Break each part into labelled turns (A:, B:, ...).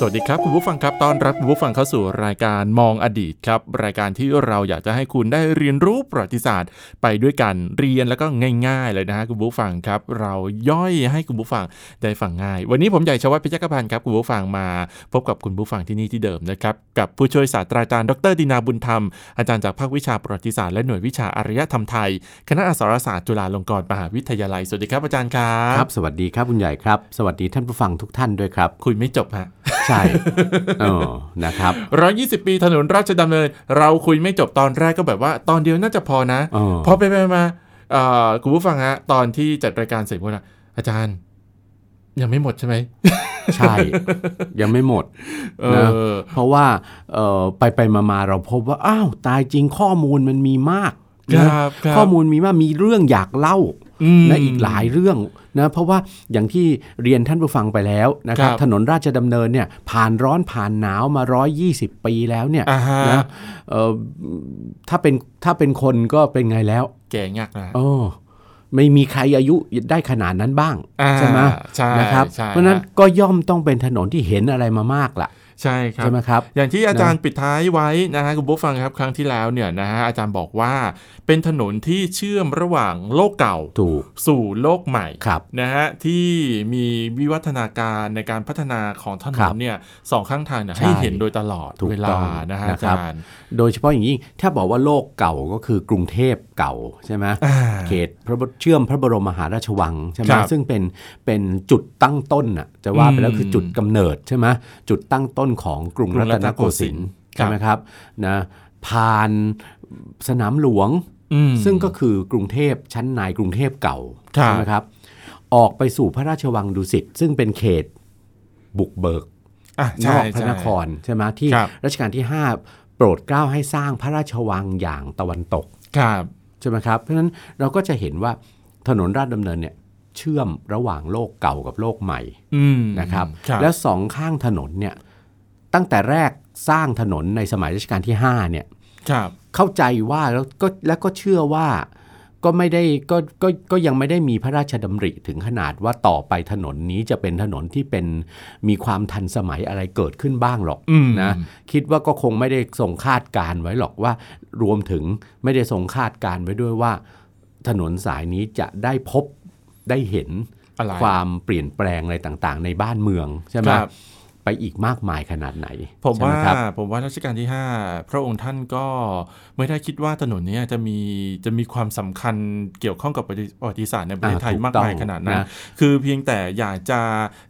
A: สวัสดีครับ คุณผู้ฟังครับต้อนรับคุณผู้ฟังเข้าสู่รายการมองอดีตครับ รายการที่เราอยากจะให้คุณได้เรียนรู้ประวัติศาสตร์ ไปด้วยกันเรียนแล้วก็ง่ายๆเลยนะฮะคุณผู้ฟังครับ เราย่อยให้คุณผู้ฟังได้ฟังง่าย วันนี้ผมใหญ่ชวัฒน์พิจักรพันธ์ครับคุณผู้ฟังมา พบกับคุณผู้ฟังที่นี่ที่เดิมนะครับกับผู้ช่วยศาสตราจารย์ดรดินาบุญธรรม อาจารย์จากภาควิชาประวัติศาสตร์และหน่วยวิชาอารยธรรมไทย คณะอักษรศาสตร์จุฬาลงกรณ์มหาวิทยาลัยสวัสดีครับอาจารย์ครั
B: ครับ บสวัสดีครับคุณใหญ่ครับ สวัสดีท่านผู้ฟังทุกท่านด้วยครับ
A: คุยไม่จบฮะ
B: ใช่เออนะครับ
A: 120 ปีถนนราชดำเนิน เราคุยไม่จบตอนแรกก็แบบว่า ตอนเดียวน่าจะพอนะ
B: อ๋อ
A: พอไปไปมาเอ่อคุณผู้ฟังฮะตอนที่จัดรายการเสร็จพูดว่าอาจารย์ ยังไม่หมดใช่ไหม
B: ใช่ ยังไม่หมด
A: เอ
B: นะ
A: อ
B: เพราะว่าเออไปไปมามาเราพบว่าอ้าวตายจริงข้อมูลมันมีมากนะครับ
A: ครับ
B: ข้อมูลมีมากมีเรื่องอยากเล่า
A: ม
B: นะอีกหลายเรื่องนะเพราะว่าอย่างที่เรียนท่านผู้ฟังไปแล้วนะครับ
A: ครับ
B: ถนนราชดำเนินเนี่ยผ่านร้อนผ่านหนาวมา 120 ปีแล้วเนี่ย
A: อ่าฮะ
B: นะเอ่อถ้าเป็นถ้าเป็นคนก็เป็นไงแล้ว
A: แก่งักนะ
B: โอ้ไม่มีใครอายุได้ขนาดนั้นบ้าง
A: อ่า
B: ใช่ไหม
A: ใช่
B: นะครับ
A: ใช่
B: เพราะฉะนั้น
A: ฮ
B: ก็ย่อมต้องเป็นถนนที่เห็นอะไรมามากล่ะ
A: ใช่ครับ
B: ใช่ไหมครับ
A: อย่างที่อาจารย์ปิดท้ายไว้นะฮะคุณผู้ฟังครับครั้งที่แล้วเนี่ยนะฮะอาจารย์บอกว่า เป็นถนนที่เชื่อมระหว่างโลกเก่า
B: ถูก
A: สู่โลกใหม่
B: ครับ
A: นะฮะที่มีวิวัฒนาการในการพัฒนาของถน
B: ครั
A: น
B: บ
A: เนี่ยสองข้างทางเนี่ย
B: ใช่
A: ให้เห็นโดยตลอด
B: ถูก
A: เว
B: ต้
A: ลา
B: อง
A: นะฮะอา
B: นะครั
A: จา
B: บ
A: รย์
B: โดยเฉพาะอย่างยิ่งถ้าบอกว่าโลกเก่าก็คือกรุงเทพเก่าใช่ไหม
A: อ่า
B: เขตพระบเชื่อมพระบรมมหาราชวังใช่ไหม
A: ครับ
B: ซึ่งเป็นเป็นจุดตั้งต้นน่ะจะว่าไปแล้ว
A: อืม
B: คือจุดกำเนิดใช่ไหมจุดตั้งต้นของกรุง
A: กรุ
B: รั
A: งรั
B: ต
A: ตน
B: น
A: โก
B: โก
A: สิ
B: สิ
A: น
B: น
A: ทร์ครับ
B: ทร์ใช่ไหมครับนะผ่านสนามหลวง
A: อืม
B: ซึ่งก็คือกรุงเทพชั้นในกรุงเทพเก่า
A: ครับ
B: ใช่ไหมครับ ออกไปสู่พระราชวังดุสิตซึ่งเป็นเขตบุกเบิก
A: อ่ะ
B: น
A: ใช่
B: อกพระ
A: ใช่
B: นครใช่ไหมที่
A: ครับ
B: รัชกาลที่ 5 โปรดเกล้าให้สร้างพระราชวังอย่างตะวันตก
A: ครับ
B: ใช่ไหมครับ เพราะฉะนั้นเราก็จะเห็นว่าถนนราชดำเนินเนี่ยเชื่อมระหว่างโลกเก่ากับโลกใหม่
A: อืม
B: นะครับ
A: ครับ
B: แล้วสองข้างถนนเนี่ยตั้งแต่แรกสร้างถนนในสมัยรัชกาลที่5เนี่ย
A: ครับ
B: เข้าใจว่าแล้วก็แล้วก็เชื่อว่าก็ไม่ได้ก็ก็ก็ยังไม่ได้มีพระราชดำริถึงขนาดว่าต่อไปถนนนี้จะเป็นถนนที่เป็นมีความทันสมัยอะไรเกิดขึ้นบ้างหรอก
A: อืม
B: นะคิดว่าก็คงไม่ได้ทรงคาดการไว้หรอกว่า รวมถึงไม่ได้ทรงคาดการไว้ด้วยว่า ถนนสายนี้จะได้พบได้เห็น
A: อะไร
B: ความเปลี่ยนแปลงอะไรต่างๆ ในบ้านเมืองใช่ไหม
A: ครับ
B: ไปอีกมากมายขนาดไหน
A: ผม
B: ใช่ไห
A: ว่า
B: ครับ
A: ผมว่ารัชกาลที่ 5 พระองค์ท่านก็ไม่ได้คิดว่าถนนเนี้จะมีจะมีความสำคัญเกี่ยวข้องกับประวัติศาสตร์ในประเทศ
B: อ่า
A: ไทย
B: ถูก
A: มาก
B: ต้อง
A: มายขนาดนั้น
B: นะ
A: คือเพียงแต่อยากจะ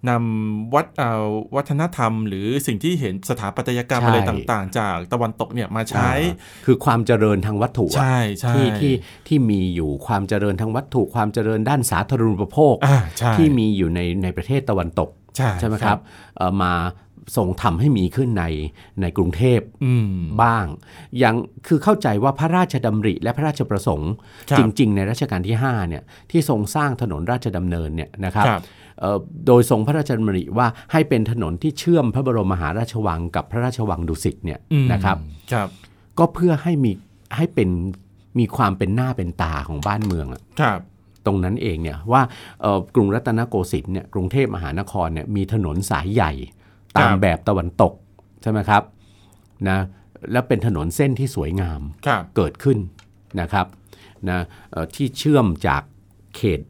A: นำวัดเอ่อวัฒนธรรม หรือสิ่งที่เห็นสถาปัตยกรรม
B: ใช่
A: อะไรต่างๆ จากตะวันตกเนี่ยมาใช้
B: อ่าคือความเจริญทางวัตถุอะ
A: ใช่ใช่
B: ที่ที่ที่มีอยู่ความเจริญทางวัตถุ ความเจริญด้านสาธารณูปโภค
A: อ่าใช่
B: ที่มีอยู่ในในประเทศตะวันตก
A: ใช่
B: ใช่ไหมครับเอ่อมาส่งทำให้มีขึ้นในในกรุงเทพ
A: อืม
B: บ้าง อย่างคือเข้าใจว่าพระราชดำริและพระราชประสงค์
A: ครับ
B: จริง ๆ ในรัชกาลที่5เนี่ยที่ทรงสร้างถนนราชดำเนินเนี่ยนะครับ
A: ครับ
B: เอ่อโดยทรงพระราชดำริว่าให้เป็นถนนที่เชื่อมพระบรมมหาราชวังกับพระราชวังดุสิตเนี่ย
A: อืม
B: นะครับ
A: ครับ
B: ก็เพื่อให้มีให้เป็นมีความเป็นหน้าเป็นตาของบ้านเมืองอะ
A: ครับ
B: ตรงนั้นเองเนี่ยว่าเอ่อกรุงรัตนโกสินทร์เนี่ยกรุงเทพมหานครเนี่ยมีถนนสายใหญ่ ตามแบบตะวันตกใช่ไหมครับนะแล้วเป็นถนนเส้นที่สวยงาม
A: ครับ
B: เกิดขึ้นนะครับนะเอ่อที่เชื่อมจากเขต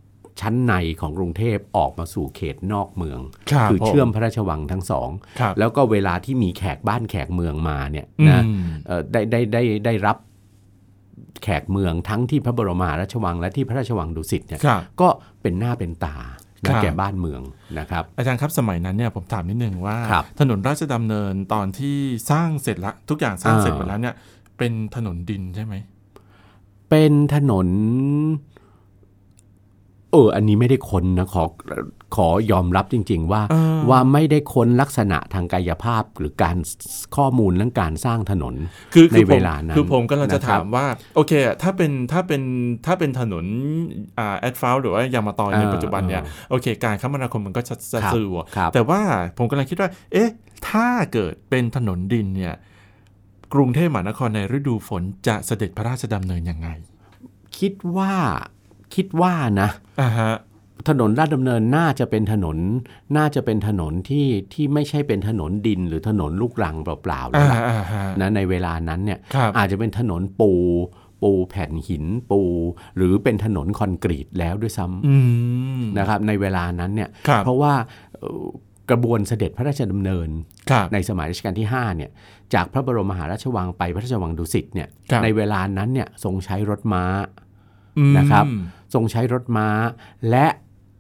B: ชั้นในของกรุงเทพออกมาสู่เขตนอกเมือง
A: ครับ
B: อ
A: ผม
B: เชื่อมพระราชวังทั้งสอง
A: ครับ
B: แล้วก็เวลาที่มีแขกบ้านแขกเมืองมาเนี่ย
A: อืม
B: นะเอ่อได้ได้ได้ได้รับแขกเมืองทั้งที่พระบรมมหาราชวังและที่พระราชวังดุสิตเนี่ย
A: ครับ
B: ก็เป็นหน้าเป็นตา
A: ครั
B: นะ
A: บ
B: แก่บ้านเมืองนะครับ
A: อาจารย์ครับสมัยนั้นเนี่ยผมถามนิดนึงว่า
B: ครับ
A: ถนนราชดำเนินตอนที่สร้างเสร็จละทุกอย่างสร้าง
B: อ่า
A: เสร็จหมดแล้วเนี่ย เป็นถนนดินใช่ไหม
B: เป็นถนน เออ อันนี้ไม่ได้คนนะ ขอ ขอยอมรับจริง ๆ ว่า
A: เออ
B: ว่าไม่ได้ค้นลักษณะทางกายภาพหรือการข้อมูลเรื่องการสร้างถนน
A: คือคือ
B: ในเวลา
A: ผม
B: นั้น
A: คือผมกำลังจะ
B: นะครับ
A: ถามว่า โอเคอะถ้าเป็นถ้าเป็นถ้าเป็นถนนอ่าแอดฟาวหรือว่ายามาตอยใน
B: เออ
A: ปัจจุบันเนี่ย
B: เออ
A: โอเค การคมนาคมมันก็จะจะ
B: ครับ
A: สะดวก
B: ครับ
A: แต่ว่าผมกำลังคิดว่า เอ๊ะ ถ้าเกิดเป็นถนนดินเนี่ย กรุงเทพมหานครในฤดูฝนจะเสด็จพระราชดำเนินยังไง
B: คิดว่าคิดว่านะ
A: อ่าฮะ
B: ถนนลาดดำเนินน่าจะเป็นถนน น่าจะเป็นถนนที่ที่ไม่ใช่เป็นถนนดินหรือถนนลูกรังเปล่าๆแล้
A: อ่าว
B: ล่ะ
A: อ่าฮะ
B: นะในเวลานั้นเนี่ย
A: ครับ
B: อาจจะเป็นถนนปู ปูแผ่นหินปู หรือเป็นถนนคอนกรีตแล้วด้วยซ้
A: อืม
B: ำนะครับในเวลานั้นเนี่ย
A: ครับ
B: เพราะว่าเอ่อกระบวนเสด็จพระราชดำเนิน
A: ครับ
B: ในสมัยรัชกาลที่5เนี่ยจากพระบรมมหาราชวังไปพระราชวังดุสิตเนี่ย
A: ครับ
B: ในเวลานั้นเนี่ยทรงใช้รถม้า
A: อืม
B: นะครับ ทรงใช้รถม้า และ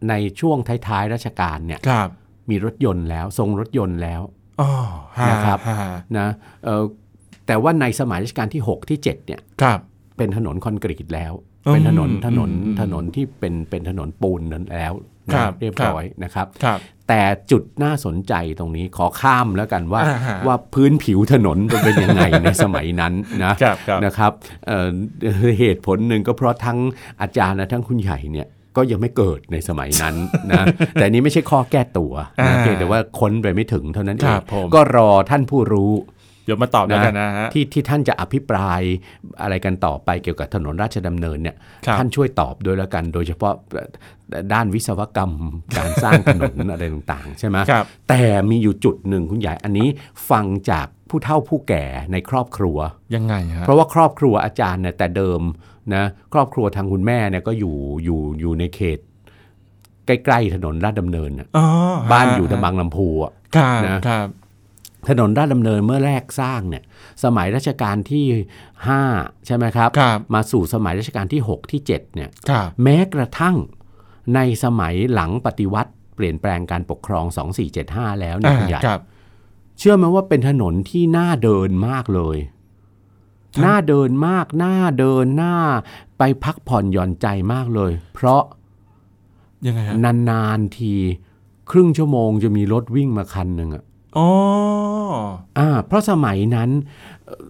B: ในช่วงท้ายๆรัชกาลเนี่ย
A: ครับ
B: มีรถยนต์แล้วทรงรถยนต์แล้ว
A: อ๋อฮ
B: นะครับ
A: ฮ
B: นะเอ่อแต่ว่าในสมัยรัชกาลที่ 6 ที่7เนี่ย
A: ครับ
B: เป็นถนนคอนกรีตแล้ว
A: อืม
B: เป็นถนนถนน
A: อืม
B: ถนนที่เป็นเป็นถนนปูนนั้นแล้วนะครับ เรียบ
A: ครับ
B: ร้อยนะครับ
A: ครับ
B: แต่จุดน่าสนใจตรงนี้ขอข้ามแล้วกันว่า
A: อ่าฮะ
B: ว่าพื้นผิวถนนมันเป็นยังไง ในสมัยนั้นนะครับ
A: ครับ
B: นะครับเอ่อเหตุผลหนึ่งก็เพราะทั้งอาจารย์และทั้งคุณใหญ่เนี่ยก็ยังไม่เกิดในสมัยนั้น นะ แต่อันนี้ไม่ใช่ข้อแก้ตัวนะเพียงแต่ว่าค้นไปไม่ถึงเท่านั้น
A: ค
B: เอง
A: รับผม
B: ก็รอท่านผู้รู้
A: เดี๋ยวมาตอบแล้วกันนะฮะ
B: ที่ที่ท่านจะอภิปรายอะไรกันต่อไปเกี่ยวกับถนนราชดำเนินเนี่ย
A: ครับ
B: ท่านช่วยตอบด้วยแล้วกัน โดยเฉพาะด้านวิศวกรรมการสร้างถนน อะไรต่างๆ ใช่ไหม
A: ครับ
B: แต่มีอยู่จุดหนึ่งคุณใหญ่อันนี้ฟังจากผู้เฒ่าผู้แก่ในครอบครัว
A: ยังไงฮะ
B: เพราะว่าครอบครัวอาจารย์เนี่ยแต่เดิมนะครอบครัวทางคุณแม่เนี่ยก็อยู่อยู่อยู่ในเขต ใกล้ๆถนนราชดำเนินน่ะ
A: อ๋อ
B: บ้านอยู่ตะบังลำพูอะ
A: ครับ
B: นะ
A: ครับ
B: ถนนราชดำเนินเมื่อแรกสร้างเนี่ยสมัยรัชกาลที่ 5 ใช่ไหมครับ
A: ครับ
B: มาสู่สมัยรัชกาลที่ 6 ที่ 7เนี่ย
A: ครับ
B: แม้กระทั่งในสมัยหลังปฏิวัติเปลี่ยนแปลงการปกครอง 2475 แล้วเนี่ย
A: อ่า
B: คุณใหญ่
A: ครับ
B: เชื่อไหมว่าเป็นถนนที่น่าเดินมากเลย
A: ครับ
B: น่าเดินมากน่าเดินน่าไปพักผ่อนหย่อนใจมากเลย เพราะ
A: ยังไงฮะ
B: นานๆทีครึ่งชั่วโมงจะมีรถวิ่งมาคันหนึ่งอะ
A: อ๋อ
B: อ่าเพราะสมัยนั้นเอ่อ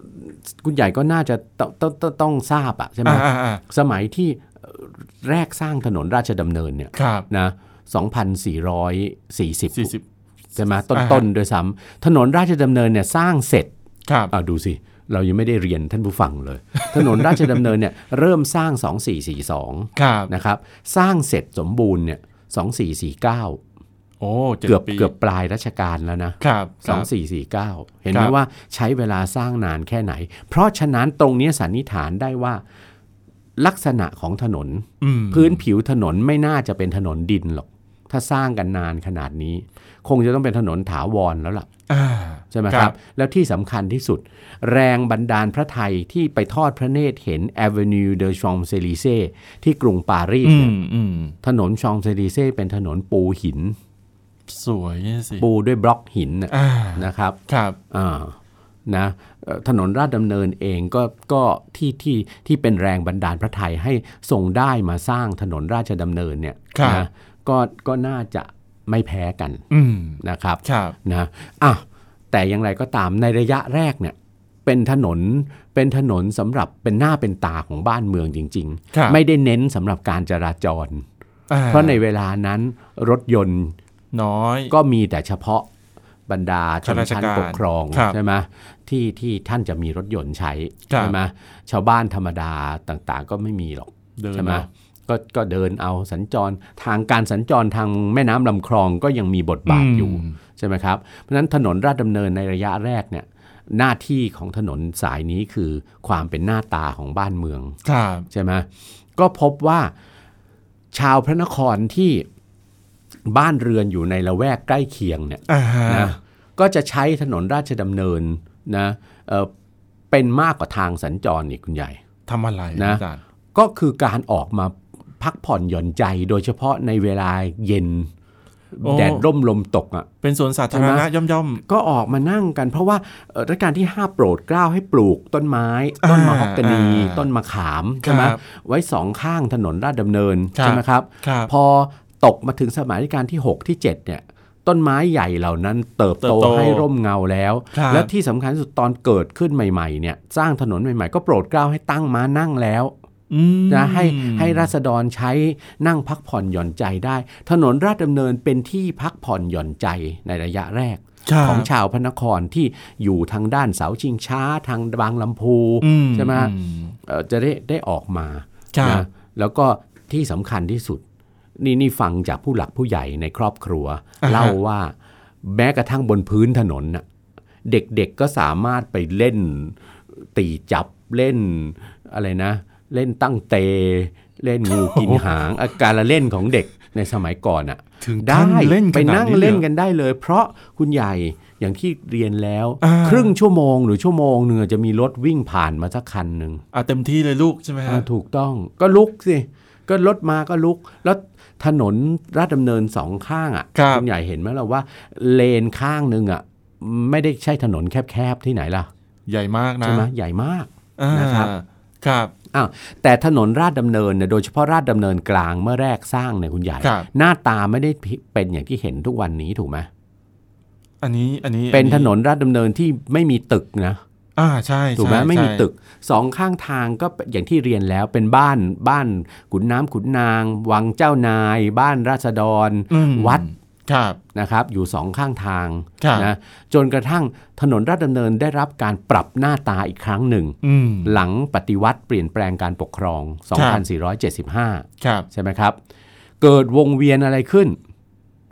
B: คุณใหญ่ก็น่าจะต้องต้องต้องต้องทราบอะใช่ไหม
A: อ่าอ่าอ่า
B: สมัยที่เอ่อแรกสร้างถนนราชดำเนินเนี่ย
A: ครับ
B: นะ2,440
A: สี่สิบ
B: ใช่ไหม
A: อ่า
B: ต้
A: ฮะ
B: นๆโดวยซ้ำถนนราชดำเนินเนี่ยสร้างเสร็จ
A: ครับ
B: อ่าดูสิ เรายังไม่ได้เรียนท่านผู้ฟังเลย ถนนราชดำเนินเนี่ยเริ่มสร้าง 2442
A: ครับ
B: นะครับสร้างเสร็จสมบูรณ์เนี่ย2449
A: โอ้จ็ด
B: เกือบ
A: ปี
B: เกือบปลายรัชกาลแล้วนะ
A: ครับค
B: ส
A: รั
B: อบ งสี่สี่เก้าเห็นไหม
A: ครับ
B: ว่าใช้เวลาสร้างนานแค่ไหน เพราะฉะนั้นตรงเนี้ยสันนิษฐานได้ว่า ลักษณะของถนน
A: อืม
B: พื้นผิวถนนไม่น่าจะเป็นถนนดินหรอก ถ้าสร้างกันนานขนาดนี้ คงจะต้องเป็นถนนถาวรแล้วล่ะ
A: อ่า
B: ใช่ไหมครับ แล้วที่สำคัญที่สุด แรงบันดาลพระไทยที่ไปทอดพระเนตรเห็น Avenue de Champs Élysées ที่กรุงปารีส
A: อื
B: เนี่ย
A: มอืม
B: ถนนชองเซลีเซ่เป็นถนนปูหิน
A: สวยสิ
B: ปูด้วยบล็อกหินน่ะ
A: อ่า
B: นะครับ
A: ครับ
B: อ่านะเอ่อถนนราชดำเนินเองก็ก็ที่ที่ที่เป็นแรงบันดาลพระไทยให้ทรงได้มาสร้างถนนราชดำเนินเนี่ย
A: ครับ
B: นะก็ก็น่าจะไม่แพ้กัน
A: อืม
B: นะครับ
A: ครับ
B: นะอ่ะแต่อย่างไรก็ตามในระยะแรกเนี่ยเป็นถนนเป็นถนนสำหรับเป็นหน้าเป็นตาของบ้านเมืองจริง
A: ครับ
B: ๆ ไม่ได้เน้นสำหรับการจราจร
A: อ่
B: เพราะในเวลานั้นรถยนต์
A: น้อย
B: ก็มีแต่เฉพาะบรรดาช
A: ข้าน ราช
B: ชั้น
A: การ
B: ปกครอง
A: ครับ
B: ใช่ไหมที่ที่ท่านจะมีรถยนต์ใช้
A: ครับ
B: ใช่ไหมชาวบ้านธรรมดาต่างๆ ก็ไม่มีหรอก
A: เดิน
B: ใช่ไหม
A: เนาะ
B: ก็ก็เดินเอาสัญจรทางการสัญจรทางแม่น้ำลำคลองก็ยังมีบทบาทอยู่
A: ม
B: ใช่ไหมครับเพราะฉะนั้นถนนราชดำเนินในระยะแรกเนี่ยหน้าที่ของถนนสายนี้คือความเป็นหน้าตาของบ้านเมือง
A: ครับ
B: ใช่ไหมก็พบว่าชาวพระนครที่บ้านเรือนอยู่ในละแวกใกล้เคียงเนี่ย
A: อ่าฮะ
B: นะก็จะใช้ถนนราชดำเนินนะเอ่อเป็นมากกว่าทางสัญจรอีกคุณใหญ่
A: ทำอะไร
B: นะ
A: อาจารย์
B: ก็คือการออกมาพักผ่อนหย่อนใจโดยเฉพาะในเวลาเย็น แดดร่มลมตกอ่ะ
A: เป็นสวนสาธารณะย่อมย่อม
B: ก็ออกมานั่งกันเพราะว่าเอ่อรัชกาลที่ 5 โปรดเกล้าให้ปลูกต้นไม้ ต้นมะฮอกกานี
A: อ่า
B: ต้นมะขามใช่ไหม
A: ครับ
B: ไว้สองข้างถนนราชดำเนิน
A: ครับ
B: ใช่ไหมครับ
A: ๆครับ
B: พอ ตกมาถึงสมัยรัชกาลที่ 6 ที่ 7 เนี่ย ต้นไม้ใหญ่เหล่านั้นเติบ
A: เติ
B: โต
A: บโต
B: ให้ร่มเงาแล้ว
A: ครับ
B: และที่สำคัญที่สุดตอนเกิดขึ้นใหม่ๆเนี่ยสร้างถนนใหม่ๆ ก็โปรดเกล้าให้ตั้งม้านั่งแล้ว
A: อืม
B: นะให้ให้ราษฎรใช้นั่งพักผ่อนหย่อนใจได้ ถนนราชดำเนินเป็นที่พักผ่อนหย่อนใจในระยะแรก
A: ครับ
B: ของชาวพระนครที่อยู่ทางด้านเสาชิงช้าทางบางลำพู
A: อื
B: ใช่ไหม
A: อื
B: เอ่อจะได้ได้ออกมา
A: ครับ
B: นะแล้วก็ที่สำคัญที่สุด นี่นี่ฟังจากผู้หลักผู้ใหญ่ในครอบครัว
A: อ่าฮะ
B: เล่าว่าแม้กระทั่งบนพื้นถนนน่ะเด็กๆก็สามารถไปเล่นตีจับเล่นอะไรนะ เล่นตั้งเต เล่นงูกินหาง อาการละเล่นของเด็กในสมัยก่อนอ่ะ
A: ถึง
B: ได้
A: ขั้นเล่น
B: ไป
A: ขนา
B: นั่
A: ด
B: ง
A: นี้
B: เล่น
A: ยหรอ
B: กันได้เลย เพราะคุณใหญ่อย่างที่เรียนแล้ว
A: อ่า
B: ครึ่งชั่วโมงหรือชั่วโมงหนึ่งจะมีรถวิ่งผ่านมาสักคันหนึ่ง
A: อ่ะเต็มที่เลยลูกใช่ไหมฮะ
B: อ่าถูกต้องก็ลุกสิ ก็รถมาก็ลุก แล้วถนนราชดำเนินสองข้างอ่ะ
A: ครับ
B: ณใหญ่เห็นไหมล่ะว่า เลนข้างหนึ่งอ่ะไม่ได้ใช่ถนนแคบๆที่ไหนล่ะ
A: ใหญ่มากนะ
B: ใช่ไหมใหญ่มาก
A: อ่า
B: นะครับ
A: ครับ
B: อ้าวแต่ถนนราชดำเนินเนี่ยโดยเฉพาะราชดำเนินกลางเมื่อแรกสร้างเนี่ยคุณใหญ่
A: ครับ
B: หน้าตาไม่ได้เป็นอย่างที่เห็นทุกวันนี้ถูกไหม
A: อันนี้อันนี้
B: เป็น
A: อั
B: ถนนราชดำเนินที่ไม่มีตึกนะ
A: อ่าใช่
B: ถูกไหม
A: ใช่
B: ไม่มี
A: ใช่
B: ตึกสองข้างทางก็เป็นอย่างที่เรียนแล้วเป็นบ้านบ้านขุนน้ำขุนนาง วังเจ้านาย บ้านราษฎร
A: อืม
B: วัด
A: ครับ
B: นะครับ อยู่สองข้างทาง
A: ครับ
B: นะจนกระทั่งถนนราชดำเนินได้รับการปรับหน้าตาอีกครั้งหนึ่ง
A: อืม
B: หลังปฏิวัติเปลี่ยนแปลงการปกครอง
A: ครับ
B: 2475
A: ครับ
B: ใช่ไหมครับ เกิดวงเวียนอะไรขึ้น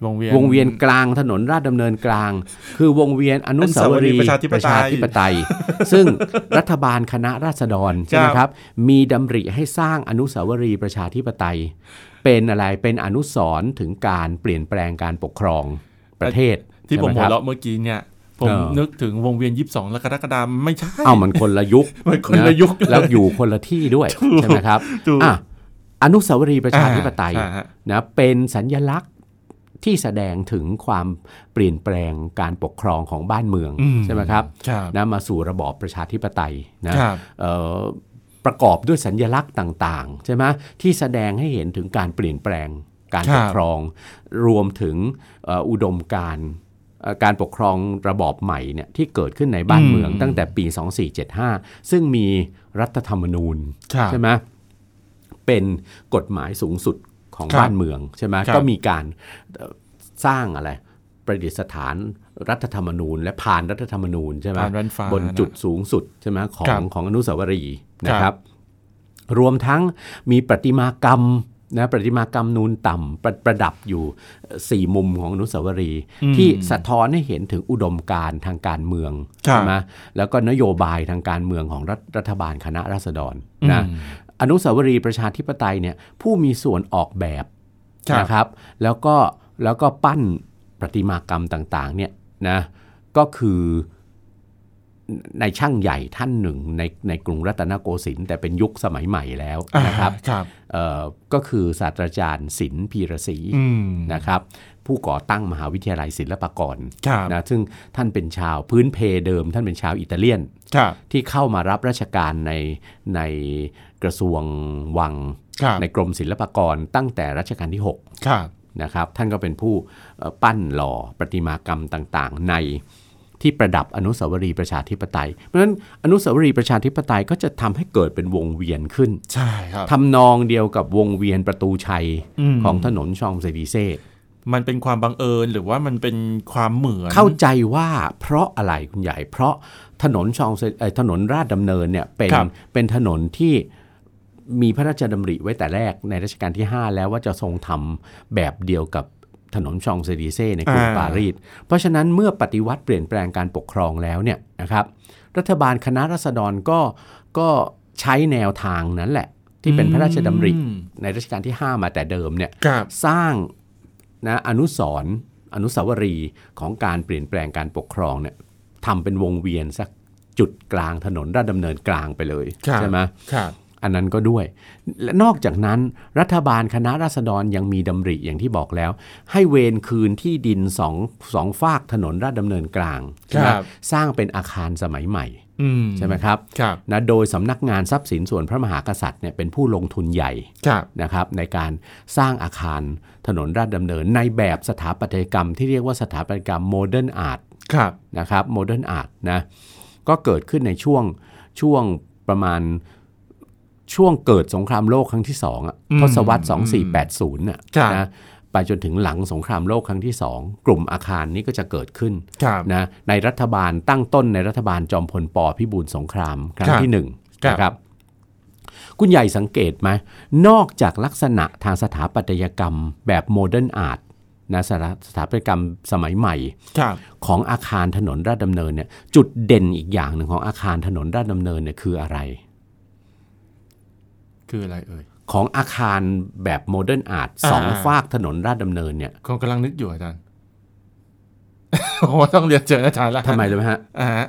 A: วงเวียน
B: วงเวียนกลางถนนราชดำเนินกลาง คือวงเวียนอนุสาว
A: อนุสาว
B: รีย์
A: รีย์ประชาธิปไตย
B: ประชาธิปไตย ซึ่งรัฐบาลคณะราษฎรใช่ไหม
A: ครับ
B: ครับ มีดำริให้สร้างอนุสาวรีย์ประชาธิปไตย เป็นอะไรเป็นอนุสรณ์ถึงการเปลี่ยนแปลงการปกครองประเทศ
A: ที่ผมหั
B: ใช่ไคว รับ
A: เราะเมื่อกี้เนี่ย ผม
B: เออ
A: นึกถึงวงเวียนยี่สิบสองกรกฎาคมไม่ใช่
B: เอ้ามันคนละยุค
A: มันคนละยุค
B: แล้วอยู่คนละที่ด้วย
A: ถูก
B: ใช่ไหมครับ
A: ถูก
B: อ่ะอนุสาวรีย์ประชาธิปไตย
A: อ่าฮะ
B: นะเป็นสัญญลักษณ์ที่แสดงถึงความเปลี่ยนแปลงการปกครองของบ้านเมือง
A: อืม
B: ใช่ไหมครับ
A: ครับ
B: นะมาสู่ระบอบประชาธิปไตยนะครับ เอ่อประกอบด้วยสัญญลักษณ์ต่างๆใช่ไหมที่แสดงให้เห็นถึงการเปลี่ยนแปลงการ
A: ค
B: ปก
A: รับ
B: ครอง รวมถึงเอ่ออุดมการณ์เอ่อการปกครองระบอบใหม่เนี่ยที่เกิดขึ้นในบ้านเมืองตั้งแต่ปี 2475 ซึ่งมีรัฐธรรมนูญ
A: ครับ
B: ใช่ไหมเป็นกฎหมายสูงสุดของ
A: ครับ
B: บ้านเมืองใช่ไหม
A: ครับ
B: ก็มีการเอ่อสร้างอะไร ประดิษฐานรัฐธรรมนูญ และผ่านรัฐธรรมนูญใช่ไหม
A: ผ่านแว่นฟ้า
B: บนจุด
A: ะ
B: สูงสุดใช่ไหมขอ
A: ครั
B: ง
A: บ
B: ของอนุสาวรีย์
A: ค
B: นะ
A: รับ
B: ครับ รวมทั้งมีประติมากรรมนะประติมากรรมนูนต่ำประประดับอยู่เอ่อสี่มุมของอนุสาวรีย์ที่สะท้อนให้เห็นถึงอุดมการณ์ทางการเมือง
A: ครับ
B: ใช่ไหมแล้วก็นโยบายทางการเมืองของรัฐรัฐบาลคณะราษฎรนะอนุสาวรีย์ประชาธิปไตยเนี่ยผู้มีส่วนออกแบบ
A: ครับ
B: นะครับ แล้วก็แล้วก็ปั้นประติมากรรมต่างๆเนี่ยนะก็คือในช่างใหญ่ท่านหนึ่งในในกรุงรัตนโกสินทร์แต่เป็นยุคสมัยใหม่แล้ว
A: อ่า
B: นะครับ
A: ครับ
B: เอ่อก็คือศาสตราจารย์ศิลป์พีระศรี
A: อืม
B: นะครับ ผู้ก่อตั้งมหาวิทยาลัยศิลปากร
A: ครับ
B: นะซึ่งท่านเป็นชาวพื้นเพเดิม ท่านเป็นชาวอิตาเลียน
A: ครับ
B: ที่เข้ามารับราชการในในกระทรวงวัง
A: ครับ
B: ในกรมศิลปากรตั้งแต่รัชกาลที่
A: ครับ
B: 6นะครับท่านก็เป็นผู้เอ่อปั้นหล่อประติมากรรมต่างๆ ในที่ประดับอนุสาวรีย์ประชาธิปไตย เพราะฉะนั้นอนุสาวรีย์ประชาธิปไตยก็จะทำให้เกิดเป็นวงเวียนขึ้น
A: ใช่ครับ
B: ทำนองเดียวกับวงเวียนประตูชัย
A: อืม
B: ของถนนชองเซดีเซ
A: มันเป็นความบังเอิญหรือว่ามันเป็นความเหมือน
B: เข้าใจว่าเพราะอะไรคุณใหญ่ เพราะถนนชองเซเอ่อถนนราชดำเนินเนี่ยเป็น
A: ครับ
B: เป็นถนนที่มีพระราชดำริไว้แต่แรกในรัชกาลที่ 5 แล้วว่าจะทรงทำแบบเดียวกับถนนชองเซดีเซ่ในกรุง
A: อ่า
B: ปารีสเพราะฉะนั้นเมื่อปฏิวัติเปลี่ยนแปลงการปกครองแล้วเนี่ยนะครับ รัฐบาลคณะรัษฎรก็ก็ใช้แนวทางนั้นแหละ ที่เป็นพระราชดำริ
A: อืม
B: ในรัชกาลที่ 5 มาแต่เดิมเนี่ย
A: ครับ
B: สร้างนะอนุสรณ์อนุสาวรีย์ของการเปลี่ยนแปลงการปกครองเนี่ยทำเป็นวงเวียนสักจุดกลางถนนราชดำเนินกลางไปเลย
A: ครับ
B: ใช่ไหม
A: ครับ
B: อันนั้นก็ด้วย และนอกจากนั้นรัฐบาลคณะราษฎรยังมีดำริอย่างที่บอกแล้ว ให้เวรคืนที่ดินสองสองฝากถนนราชดำเนินกลางใช่ไหมสร้างเป็นอาคารสมัยใหม่
A: อืม
B: ใช่ไหมครับ
A: ครับ
B: นะโดยสำนักงานทรัพย์สินส่วนพระมหากษัตริย์เนี่ยเป็นผู้ลงทุนใหญ่
A: ครับ
B: นะครับในการสร้างอาคารถนนราชดำเนิน ในแบบสถาปัตยกรรมที่เรียกว่าสถาปัตยกรรมโมเดิร์นอาร์ต
A: ครับ
B: นะครับโมเดิร์นอาร์ตนะก็เกิดขึ้นในช่วงช่วงประมาณช่วงเกิดสงครามโลกครั้งที่สองอะทศวรรษ2480น่ะนะไปจนถึงหลังสงครามโลกครั้งที่สองกลุ่มอาคารนี้ก็จะเกิดขึ้น
A: ครับ
B: นะในรัฐบาลตั้งต้นในรัฐบาลจอมพลปพิบูลสงครามครั้ง
A: ครับ
B: ที่หนึ่ง
A: ครับ
B: นะครับคุณใหญ่สังเกตไหมนอกจากลักษณะทางสถาปัตยกรรมแบบโมเดิร์นอาร์ตนะสถาสถาปัตยกรรมสมัยใหม่
A: ครับ
B: ของอาคารถนนราชดำเนินเนี่ยจุดเด่นอีกอย่างหนึ่งของอาคารถนนราชดำเนินเนี่ยคืออะไร
A: คืออะไรเอ่ย
B: ของอาคารแบบโมเดิร์นอาร์ตสอง
A: อ่า
B: ฝากถนนราชดำเนินเนี่ย
A: คงกำลังนึกอยู่อา จารย์ โอ้ต้องเรียนเจออาจารย์ละ
B: ทำไมรู้ไหมฮะ
A: อ่าฮะ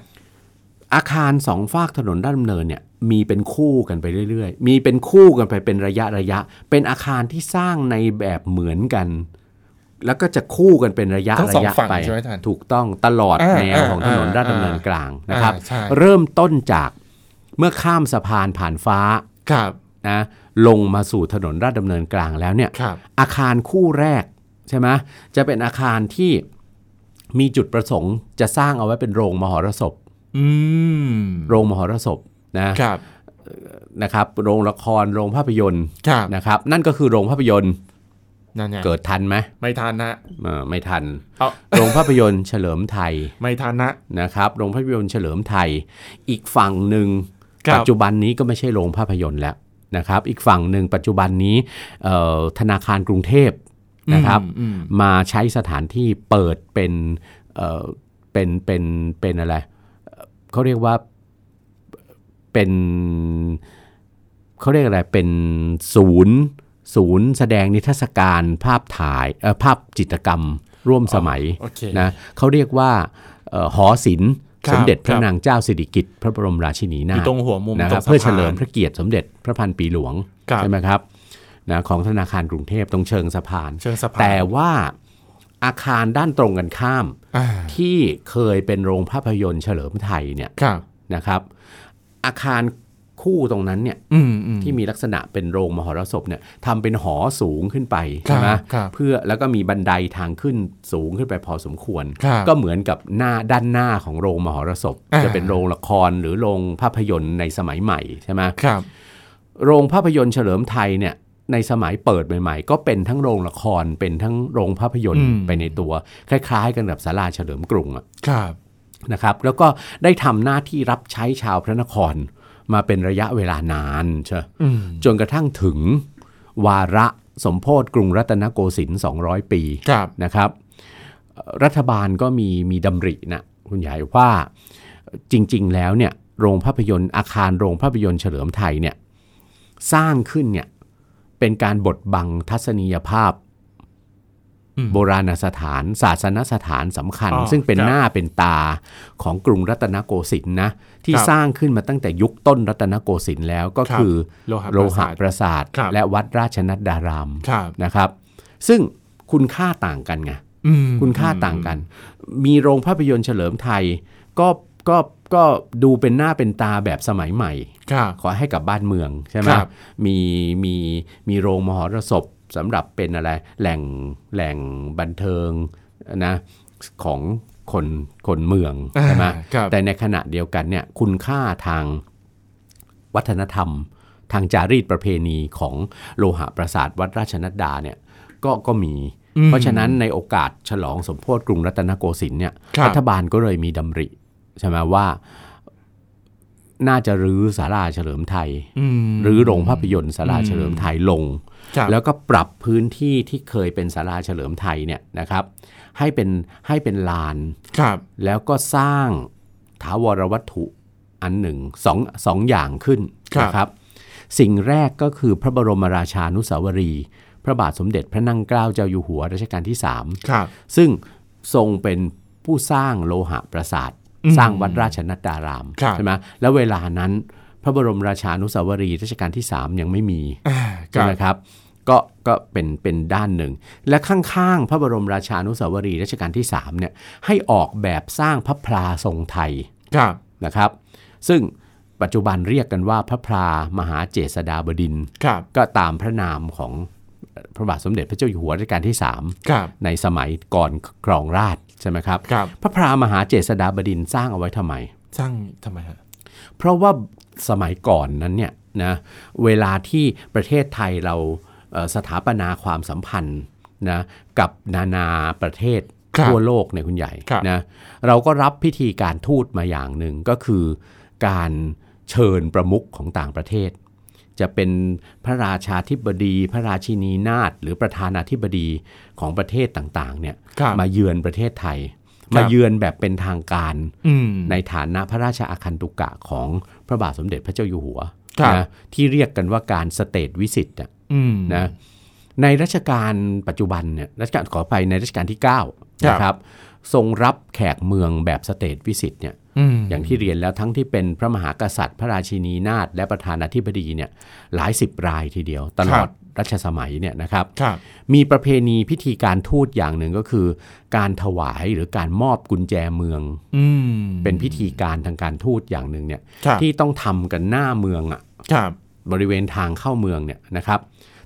B: อาคารสองฝากถนนราชดำเนินเนี่ยมีเป็นคู่กันไปเรื่อยๆ มีเป็นคู่กันไปเป็นระยะระยะ เป็นอาคารที่สร้างในแบบเหมือนกัน แล้วก็จะคู่กันเป็นระยะ
A: ทั้ง
B: ระ
A: สอง
B: ยะ
A: ฝั่ง
B: ไป
A: ใช่ไหมอาจารย์
B: ถูกต้องตลอด
A: อ่า
B: แนวของถนน
A: อ่า
B: ราชดำเนิน
A: อ่าก
B: ลางนะครับ
A: อ่าใช่
B: เริ่มต้นจากเมื่อข้ามสะพานผ่านฟ้า
A: ครับ
B: นะลงมาสู่ถนนราชดำเนินกลางแล้วเนี่ย
A: ครับ
B: อาคารคู่แรกใช่ไหมจะเป็นอาคารที่มีจุดประสงค์จะสร้างเอาไว้เป็นโรงมหรสพ
A: อืม
B: โรงมหรสพนะครับ นะครับโรงละครโรงภาพยนตร์
A: ครับ
B: นะครับนั่นก็คือโรงภาพยนตร์
A: นั่นไง
B: เกิดทันไหม
A: ไม่ทันนะ
B: เอ่อไม่ทัน
A: เอา
B: โรงภาพยนตร์เฉลิมไทย
A: ไม่ทันนะ
B: นะครับโรงภาพยนตร์เฉลิมไทย อีกฝั่งหนึ่ง
A: ครับ
B: ปัจจุบันนี้ก็ไม่ใช่โรงภาพยนตร์แล้วนะครับอีกฝั่งหนึ่งปัจจุบันนี้เอ่อธนาคารกรุงเทพนะครับ
A: อืมอืม
B: มาใช้สถานที่เปิดเป็นเอ่อเป็นเป็นเป็นอะไรเอ่อเขาเรียกว่าเป็นเขาเรียกอะไรเป็นศูนย์ศูนย์แสดงนิทรรศการภาพถ่ายเอ่อภาพจิตรกรรมร่วมสมัย
A: โอเค
B: นะเขาเรียกว่าเอ่อหอศิลป์
A: ครับ
B: สมเด็จ
A: ค
B: พระ
A: รับ
B: นางเจ้าสิริกิติ์พระบรมราชินี
A: อ
B: นา
A: ยู่
B: ถ
A: ตรงหัวมุม
B: นะ
A: ต
B: ค
A: ร
B: รับ
A: งสะพาน
B: เพื่อเฉลิมพระเกียรติสมเด็จพระพันปีหลวง
A: ครับ
B: ใช่ไหมครับนะของธนาคารกรุงเทพตรงเชิงสะพาน
A: เชิงสะพาน
B: แต่ว่าอาคารด้านตรงกันข้าม
A: อ่า
B: ที่เคยเป็นโรงภาพยนตร์เฉลิมไทยเนี่ย
A: ครับ
B: นะครับ อาคารคู่ตรงนั้นเนี่ย
A: อืมอืม
B: ที่มีลักษณะเป็นโรงมหรสพเนี่ยทำเป็นหอสูงขึ้นไปใช่ไหม
A: ครับครับ
B: เพื่อแล้วก็มีบันไดทางขึ้นสูงขึ้นไปพอสมควร
A: ครับ
B: ก็เหมือนกับหน้าด้านหน้าของโรงมหรสพ
A: อ่า
B: จะเป็นโรงละครหรือโรงภาพยนตร์ในสมัยใหม่ใช่ไหม
A: ครับ
B: โรงภาพยนตร์เฉลิมไทยเนี่ยในสมัยเปิดใหม่ๆ ก็เป็นทั้งโรงละครเป็นทั้งโรงภาพยนตร์ไปในตัว คล้ายๆ กันกับศาลาเฉลิมกรุงอะ
A: ครับ
B: นะครับ แล้วก็ได้ทำหน้าที่รับใช้ชาวพระนครมาเป็นระยะเวลานานเชยว
A: อืม
B: จนกระทั่งถึงวาระสมโพธกรุงรัตนโกสินทร์200 ปี
A: ครับ
B: นะครับเอ่อรัฐบาลก็มีมีดำรินะคุณยายว่าจริงๆแล้วเนี่ยโรงภาพยนตร์อาคารโรงภาพยนตร์เฉลิมไทยเนี่ย สร้างขึ้นเนี่ยเป็นการบดบังทัศนียภาพ โบราณสถาน ศาสนสถานสำคัญ
A: อ๋อ
B: ซึ่งเป็น
A: ครับ
B: หน้าเป็นตาของกรุงรัตนโกสินทร์นะที่
A: ครับ
B: สร้างขึ้นมาตั้งแต่ยุคต้นรัตนโกสินทร์แล้วก็
A: ครับ
B: คือ
A: โลหะ
B: โลหะปราสาท
A: ครับ
B: และวัดราชนัดดาราม
A: ครับ
B: นะครับ ซึ่งคุณค่าต่างกันไง
A: อืม
B: คุณค่าต่างกัน มีโรงภาพยนตร์เฉลิมไทย ก็ก็ก็ดูเป็นหน้าเป็นตาแบบสมัยใหม่
A: ครับ
B: ขอให้กับบ้านเมืองใช่ไหม
A: ครับ
B: มีมีมีโรงมหรสพสำหรับเป็นอะไรแหล่งแหล่งบันเทิงนะของคนคนเมืองใช่ไหม
A: อ่าครับ
B: แต่ในขณะเดียวกันเนี่ยคุณค่าทางวัฒนธรรม ทางจารีตประเพณีของโลหะปราสาทวัดราชนัดดาเนี่ยก็ก็มี เพราะฉะนั้นในโอกาสฉลองสมโพธิกรุงรัตนโกสินทร์เนี่ย
A: ครับ
B: รัฐบาลก็เลยมีดำริใช่ไหมว่า น่าจะรื้อศาลาเฉลิมไทย
A: อืม
B: หรือโรงภาพยนตร์ศาลาเฉลิมไทยลง
A: ครับ
B: แล้วก็ปรับพื้นที่ที่เคยเป็นศาลาเฉลิมไทยเนี่ยนะครับ ให้เป็นให้เป็นลาน
A: ครับ
B: แล้วก็สร้างถาวรวัตถุอันหนึ่งสองสองอย่างขึ้นนะครับ สิ่งแรกก็คือพระบรมราชานุสาวรีย์พระบาทสมเด็จพระนั่งเกล้าเจ้าอยู่หัวรัชกาลที่ 3
A: ครับ
B: ซึ่งทรงเป็นผู้สร้างโลหะปราสาท
A: อืม
B: สร้างวัดราชนัดดาราม
A: ครับ
B: ใช่ไหมแล้วเวลานั้น พระบรมราชานุสาวรีย์รัชกาลที่ 3 ยังไม่มี
A: อ่าค
B: ใช่
A: รับ
B: ไหมครับก็ก็เป็นเป็นด้านหนึ่ง และข้างๆ พระบรมราชานุสาวรีย์รัชกาลที่3เนี่ยให้ออกแบบสร้างพระพลาทรงไทย
A: ครับ
B: นะครับ ซึ่งปัจจุบันเรียกกันว่าพระพรามหาเจษฎาบดินทร์
A: ครับ
B: ก็ตามพระนามของพระบาทสมเด็จพระเจ้าอยู่หัวรัชกาลที่
A: ครับ
B: 3 ในสมัยก่อนครองราชย์ใช่ไหมครับ
A: ครับ
B: พระพรามหาเจษฎาบดินทร์สร้างเอาไว้ทำไม
A: สร้างทำไมฮะ
B: เพราะว่าสมัยก่อนนั้นเนี่ยนะเวลาที่ประเทศไทยเราเอ่อสถาปนาความสัมพันธ์นะกับนานาประเทศ
A: ครับ
B: ทั่วโลกเนี่ยคุณใหญ่
A: ครับ
B: นะเราก็รับพิธีการทูตมาอย่างหนึ่งก็คือการเชิญประมุขของต่างประเทศ จะเป็นพระราชาธิบดี พระราชินีนาถหรือประธานาธิบดีของประเทศต่างๆเนี่ย
A: ครับ
B: มาเยือนประเทศไทย
A: ครับ
B: มาเยือนแบบเป็นทางการ
A: อืม
B: ในฐานะพระราชอาคันตุกะของพระบาทสมเด็จพระเจ้าอยู่หัว
A: ครับ
B: นะที่เรียกกันว่าการสเตทวิสิต
A: อืม
B: นะในรัชกาลปัจจุบันเนี่ยรัชกาลขอไปในรัชกาลที่9
A: ครับ
B: นะครับทรงรับแขกเมืองแบบสเตทวิสิตเนี่ย
A: อืม
B: อย่างที่เรียนแล้วทั้งที่เป็นพระมหากษัตริย์ พระราชินีนาถและประธานาธิบดีเนี่ยหลายสิบรายทีเดียว ตลอดรัชสมัยเนี่ยนะครับ
A: ครับ
B: มีประเพณีพิธีการทูตอย่างหนึ่งก็คือ การถวายหรือการมอบกุญแจเมือง
A: อืม
B: เป็นพิธีการทางการทูตอย่างหนึ่งเนี่ย
A: ครับ
B: ที่ต้องทำกันหน้าเมืองอะ
A: ครับ
B: บริเวณทางเข้าเมืองเนี่ยนะครับ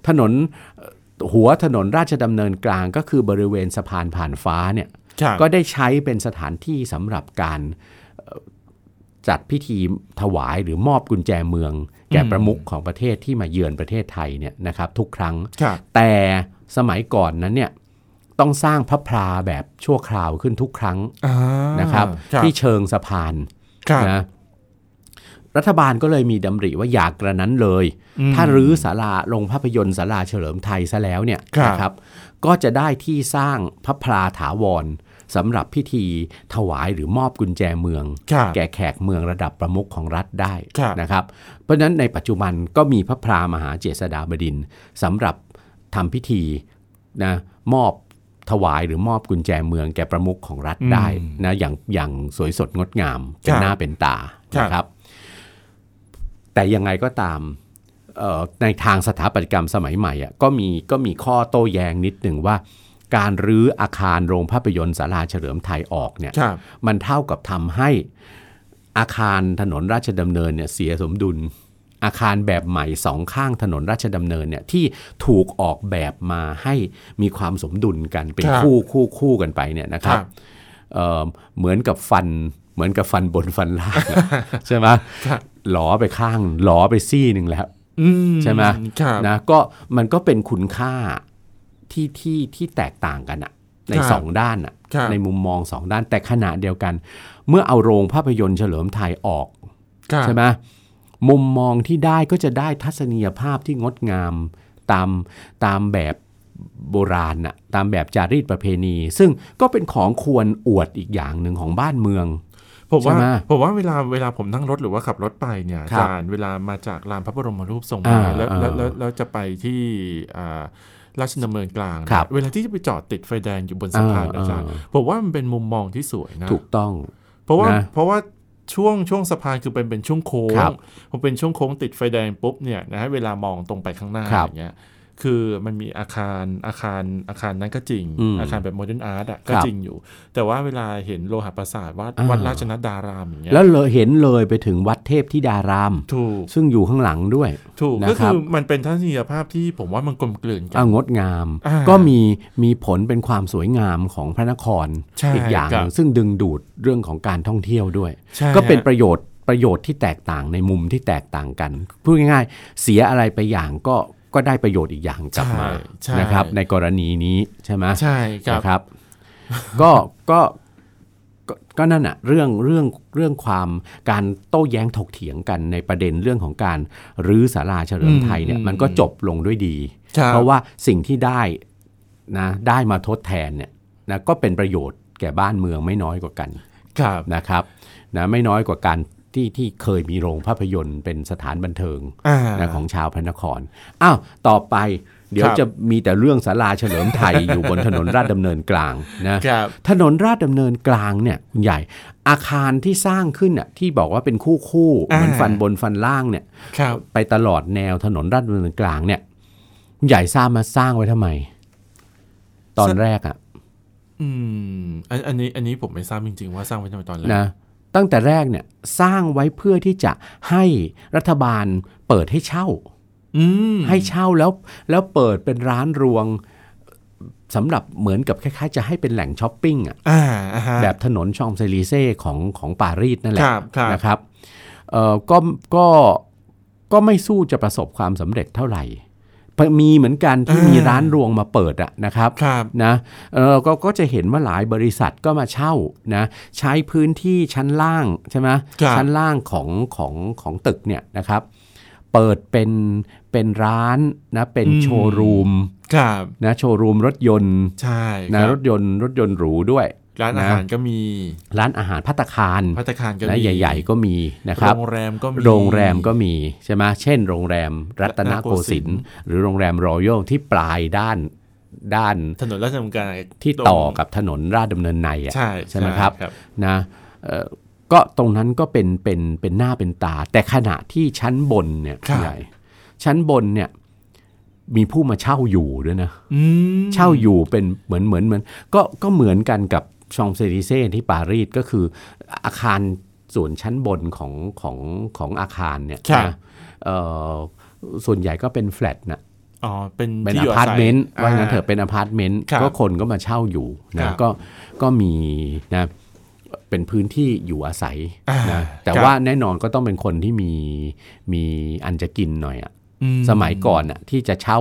B: ถนนเอ่อหัวถนนราชดำเนินกลางก็คือบริเวณสะพานผ่านฟ้าเนี่ย
A: ครับ
B: ก็ได้ใช้เป็นสถานที่สำหรับการเอ่อจัดพิธีถวายหรือมอบกุญแจเมือง แก่ประมุขของประเทศที่มาเยือนประเทศไทยเนี่ยนะครับทุกครั้ง
A: ครับ
B: แต่สมัยก่อนนั้นเนี่ยต้องสร้างพระพลาแบบชั่วคราวขึ้นทุกครั้ง
A: อ่า
B: นะครับ ที่เชิงสะพาน
A: ครับ
B: นะรัฐบาลก็เลยมีดำริว่าอยากกระนั้นเลย
A: อืม
B: ถ้ารื้อศาลาลงภาพยนตร์ศาลาเฉลิมไทยซะแล้วเนี่ย
A: ครับ
B: นะครับ ก็จะได้ที่สร้างพระพลาถาวรสำหรับพิธีถวายหรือมอบกุญแจเมือง
A: ครับ
B: แก่แขกเมืองระดับประมุขของรัฐได้
A: ครับ
B: นะครับ เพราะฉะนั้นในปัจจุบันก็มีพระพรามหาเจษฎาบดินทร์สำหรับทำพิธีนะมอบถวายหรือมอบกุญแจเมืองแก่ประมุขของรัฐได้นะอย่างอย่างสวยสดงดงามเป็นหน้าเป็นตานะครับ แต่ยังไงก็ตามเอ่อในทางสถาปัตยกรรมสมัยใหม่อะก็มีก็มีข้อโต้แย้งนิดหนึ่งว่า การรื้ออาคารโรงภาพยนตร์ศาลาเฉลิมไทยออกเนี่ย
A: ครับ
B: มันเท่ากับทำให้อาคารถนนราชดำเนินเนี่ยเสียสมดุล อาคารแบบใหม่สองข้างถนนราชดำเนินเนี่ยที่ถูกออกแบบมาให้มีความสมดุลกันเป็น
A: ครับ
B: คู่คู่คู่กันไปเนี่ยนะค
A: ค
B: รั
A: รับ บ
B: เอ่อเหมือนกับฟันเหมือนกับฟันบนฟันล่าง อะ ใช่ไหม
A: ครับ
B: หลอไปข้างหลอไปซี่หนึ่งแล้ว
A: อืม
B: ใช่ไหม
A: ครับ
B: นะก็มันก็เป็นคุณค่าที่ที่ที่แตกต่างกันอะใน
A: ครับ
B: สองด้านอะ
A: ครับ
B: ในมุมมองสองด้านแต่ขณะเดียวกัน เมื่อเอาโรงภาพยนตร์เฉลิมไทยออก
A: ครับ
B: ใช่ไหมมุมมองที่ได้ก็จะได้ทัศนียภาพที่งดงามตามตามแบบโบราณน่ะตามแบบจารีตประเพณี ซึ่งก็เป็นของควรอวดอีกอย่างหนึ่งของบ้านเมือง
A: ผมว่า
B: ใช่ไหม
A: ผมว่าเวลาเวลาผมนั่งรถหรือว่าขับรถไปเนี่ย
B: ครับ
A: จานเวลามาจากลานพระบรมรูปทรง
B: อ่า
A: แล้ว
B: อ่า
A: แล้วแล้วแล้วแล้วจะไปที่อ่าราชดำเนินกลาง
B: ครับ
A: เวลาที่จะไปจอดติดไฟแดงอยู่บนสะพาน
B: อ่า
A: อาจารย์
B: อ่า
A: ผมว่ามันเป็นมุมมองที่สวยนะ
B: ถูกต้อง
A: เพราะว่า
B: นะ
A: เพราะว่าช่วงช่วงสะพานคือเป็นเป็นช่วงโค้ง
B: ครับ
A: พอเป็นช่วงโค้งติดไฟแดงปุ๊บเนี่ยนะฮะเวลามองตรงไปข้างหน้า
B: ครับ
A: อย่างเงี้ยคือมันมีอาคารอาคารอาคารนั้นก็จริง
B: อืม
A: อาคารแบบโมเดิร์นอาร์ตอ่ะก็
B: ครับ
A: จริงอยู่ แต่ว่าเวลาเห็นโลหะปราสาทวัด
B: อ่า
A: วัดราชนัดดารามอย่างเงี้ย
B: แล้วเลยเห็นเลยไปถึงวัดเทพธิดาราม
A: ถูก
B: ซึ่งอยู่ข้างหลังด้วย
A: ถูก
B: นะครับ
A: ก็คือมันเป็นทัศนียภาพที่ผมว่ามันกลมกลืนกั
B: อ่ะ
A: น
B: งดงาม
A: อ่า
B: ก็มีมีผลเป็นความสวยงามของพระนคร
A: ใช่
B: อีกอย่างห
A: ค
B: นึ่
A: รั
B: ง
A: บ
B: ซึ่งดึงดูดเรื่องของการท่องเที่ยวด้วย
A: ใช่
B: ก็เป็น
A: ฮะ
B: ประโยชน์ประโยชน์ที่แตกต่างในมุมที่แตกต่างกันพูดง่ายๆ เสียอะไรไปอย่างก็ก็ได้ประโยชน์อีกอย่างกลับมา
A: ใช่ใช่
B: นะครับ ในกรณีนี้ใช่ไหม
A: ใช่ครับ
B: นะครับ ก็ก็ก็ก็นั่นอะเรื่องเรื่องเรื่องความการโต้แย้งถกเถียงกันในประเด็นเรื่องของการรื้อศาลาเฉลิมไทยเนี่ย
A: อืม
B: มันก็จบลงด้วยดี
A: ครับ
B: เพราะว่าสิ่งที่ได้นะได้มาทดแทนเนี่ยนะก็เป็นประโยชน์แก่บ้านเมืองไม่น้อยกว่ากัน
A: ครับ
B: นะครับนะไม่น้อยกว่าการที่ที่เคยมีโรงภาพยนตร์เป็นสถานบันเทิง
A: อ่า
B: นะของชาวพระนครอ้าวต่อไปเดี๋ย
A: คว รับ
B: จะมีแต่เรื่องศาลาเฉลิมไทย อยู่บนถนนราชดำเนินกลางนะครับ ถนนราชดำเนินกลางเนี่ยคุณใหญ่อาคารที่สร้างขึ้นน่ะที่บอกว่าเป็นคู่คู่ๆเหมือนฟันบนฟันล่างเนี่ย
A: ครับ
B: ไปตลอดแนวถนนราชดำเนินกลางเนี่ยคุณใหญ่ทราบมาสร้างไว้ทำไม ตอนแรกอะ
A: อืมอันอันนี้อันนี้ผมไม่ทราบจริงๆว่าสร้างไว้ทำไมตอนแรก
B: นะ ตั้งแต่แรกเนี่ยสร้างไว้เพื่อที่จะให้รัฐบาลเปิดให้เช่า
A: อืม
B: ให้เช่าแล้วแล้วเปิดเป็นร้านรวงสำหรับเหมือนกับคล้ายๆ จะให้เป็นแหล่งช้อปปิ้งอ่ะ
A: อ่าอ่าฮะ
B: แบบถนนชองเซลีเซ่ของของปารีสนั่นแหละ
A: ครับครับ
B: นะครับเอ่อก็ก็ก็ไม่สู้จะประสบความสำเร็จเท่าไหร่มีเหมือนกันที่มีร้านรวงมาเปิดอะนะครับ
A: ครับ
B: นะเอ่อก็ก็จะเห็นว่าหลายบริษัทก็มาเช่านะใช้พื้นที่ชั้นล่างใช่ไหม
A: ครับ
B: ชั้นล่างของของของตึกเนี่ยนะครับเปิดเป็นเป็นร้านนะเป็นโชว์รูม
A: ครับ
B: นะโชว์รูมรถยนต์
A: ใช่ค
B: นะ
A: รับ
B: รถยนต์รถยนต์หรูด้วย
A: ร้านอาหารก็มี
B: ร้านอาหารพัตตาคาร
A: พัตตาคารก็
B: นะ
A: มี
B: ใหญ่ๆ ก็มีนะครับ
A: โรงแรมก็มี
B: โรงแรมก็มีใช่ไหมเช่น โรงแรมรัตนโกสินทร์
A: รัตนโกสินทร์
B: หรือโรงแรมรอยัลที่ปลายด้านด้าน
A: ถนนราชดำเนินกลาร
B: ที่ต่อกับถนนราชดำเนินในอะ
A: ใช่
B: ใช่ไหมครับ นะเอ่อก็ตรงนั้นก็เป็นเป็นเป็นหน้าเป็นตา แต่ขณะที่ชั้นบนเนี่ยใหญ่ชั้นบนเนี่ยมีผู้มาเช่าอยู่ด้วยนะ
A: อืม
B: เช่าอยู่เป็นเหมือนเหมือนเหมือนก็ก็เหมือนกันกับชองเซริเซ่ที่ปารีสก็คืออาคารส่วนชั้นบนของของของอาคารเนี่ยนะเอ่อส่วนใหญ่ก็เป็นแฟลตนะ
A: อ๋อเป็น
B: เป็น
A: ที่
B: อยู่ พาร์ตเมนต์
A: ศัย
B: ว่างั้นเถอะเป็นอพาร์ตเมนต์
A: ครับ
B: ก็คนก็มาเช่าอยู่
A: ครั
B: นะ
A: บ
B: ก็ก็มีนะเป็นพื้นที่อยู่อาศัย
A: อ่าน
B: นะแต่
A: ครับ
B: ว่าแน่นอนก็ต้องเป็นคนที่มีมีอันจะกินหน่อยอะ
A: อื
B: สมัยก่อนน่ะที่จะเช่า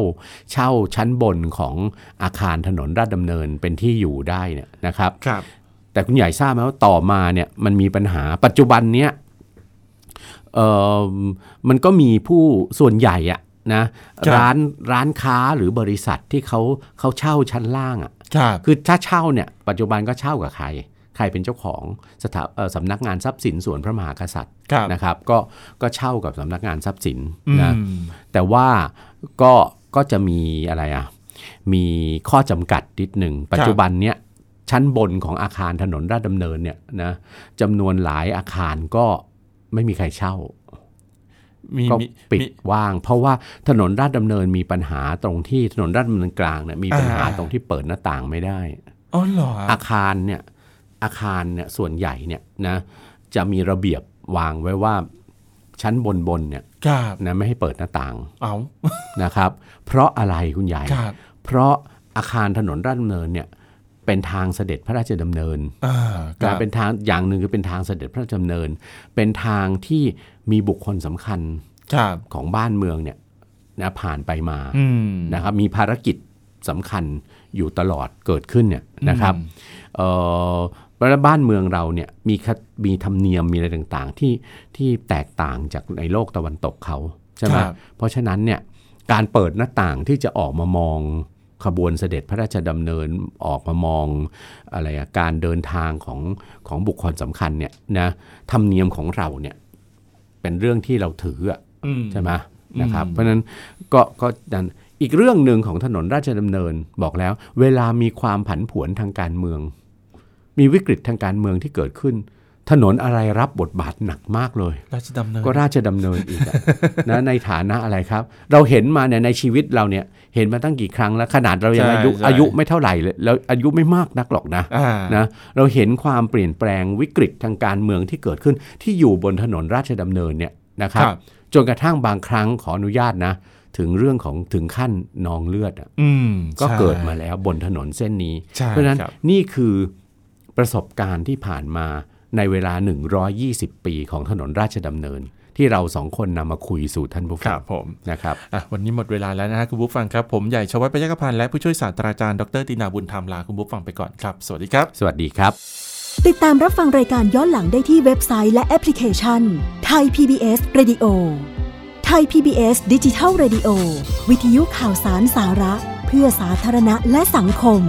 B: เช่าชั้นบนของอาคารถนนราชดำเนินเป็นที่อยู่ได้เนี่ยนะครับ
A: ครับ
B: แต่คุณใหญ่ทราบไหมว่าต่อมาเนี่ยมันมีปัญหาปัจจุบันเนี้ยเอ่อมันก็มีผู้ส่วนใหญ่อะนะครับ ร้านร้านค้าหรือบริษัทที่เขาเขาเช่าชั้นล่างอะ
A: ครับ
B: คือถ้าเช่าเนี่ยปัจจุบันก็เช่ากับใคร ใครเป็นเจ้าของสถาเอ่อสำนักงานทรัพย์สินส่วนพระมหากษัตริย์
A: ครับ
B: นะครับ ก็ก็เช่ากับสำนักงานทรัพย์สิน
A: อืม
B: นะ แต่ว่าก็ก็จะมีอะไรอ่ะ มีข้อจำกัดนิดหนึ่ง ปัจจุบันเนี้ยชั้นบนของอาคารถนนราชดำเนินเนี่ยนะจำนวนหลายอาคารก็ไม่มีใครเช่า
A: มี
B: ก็
A: มี
B: ปิด
A: มี
B: ว่าง เพราะว่าถนนราชดำเนินมีปัญหาตรงที่ถนนราชดำเนินกลางเนี่ยมีปัญหา
A: อ่า
B: ตรงที่เปิดหน้าต่างไม่ได้
A: อ๋อเหรอ
B: อาคารเนี่ยอาคารเนี่ยส่วนใหญ่เนี่ยนะจะมีระเบียบวางไว้ว่าชั้นบนบนๆเนี่ย
A: ครับ
B: นะไม่ให้เปิดหน้าต่าง
A: เอา
B: นะครับ เพราะอะไรคุณใหญ่
A: ครับ
B: เพราะอาคารถนนราชดำเนินเนี่ยเป็นทางเสด็จพระราชดำเนิน
A: อ่าครั
B: นะ
A: บ
B: เป็นทางอย่างหนึ่งคือเป็นทางเสด็จพระราชดำเนิน เป็นทางที่มีบุคคลสำคัญ
A: ครับ
B: ของบ้านเมืองเนี่ยนะผ่านไปมา
A: อืม
B: นะครับมีภารกิจสำคัญอยู่ตลอดเกิดขึ้นเนี่ยนะครับเอ่อแล้วบ้านเมืองเราเนี่ยมีคมีธรรมเนียมมีอะไรต่างๆ ที่ที่แตกต่างจากในโลกตะวันตกเขาใช่ไห
A: ค
B: ม
A: รับ
B: เพราะฉะนั้นเนี่ยการเปิดหน้าต่างที่จะออกมามองขบวนเสด็จพระราชดำเนินออกมามองอะไรอะการเดินทางของของบุคคลสำคัญเนี่ยนะธรรมเนียมของเราเนี่ยเป็นเรื่องที่เราถืออะ
A: อืม
B: ใช่ไหมนะครับ
A: อืม
B: เพราะฉะนั้นก็ก็ดันอีกเรื่องหนึ่งของถนนราชดำเนินบอกแล้ว เวลามีความผันผวนทางการเมือง มีวิกฤตทางการเมืองที่เกิดขึ้น ถนนอะไรรับบทบาทหนักมากเลย
A: ราชดำเนิน
B: ก็ราชดำเนินอีก อะ นะในฐานะอะไรครับ เราเห็นมาเนี่ยในชีวิตเราเนี่ยเห็นมาตั้งกี่ครั้งแล้วขนาดเรายังอายุอายุไม่เท่าไหร่เลยแล้วอายุไม่มากนักหรอกนะ
A: อ่า
B: นะเราเห็นความเปลี่ยนแปลงวิกฤตทางการเมืองที่เกิดขึ้นที่อยู่บนถนนราชดำเนินเนี่ยนะค
A: ครับ รับ
B: จนกระทั่งบางครั้งขออนุญาตนะ ถึงเรื่องของถึงขั้นนองเลือดอะ
A: อืม
B: ก็
A: ใช่
B: เกิดมาแล้วบนถนนเส้นนี้
A: ใช่
B: เพราะฉะนั้น
A: คบ
B: นี่คือประสบการณ์ที่ผ่านมาในเวลา 120 ปีของถนนราชดำเนิน ที่เราสองคนนำมาคุยสู่ท่านผู้
A: ค
B: ฟั
A: รั
B: ง
A: บผม
B: นะครับ
A: อ่ะวันนี้หมดเวลาแล้วนะฮะคุณบุ๊ฟังครับ ผมใหญ่ชวัฒน์ประยักพันธ์และผู้ช่วยศาสตราจารย์ดรตินาบุญธรรมลาคุณบุ๊ฟังไปก่อนครับ สวัสดีครับ
B: สวัสดีครับ
C: ติดตามรับฟังรายการย้อนหลังได้ที่เว็บไซต์และแอปพลิเคชันไทย PBS Radio ไทย PBS ดิจิทัล Radio วิทยุข่าวสารสาระ เพื่อสาธารณะและสังคม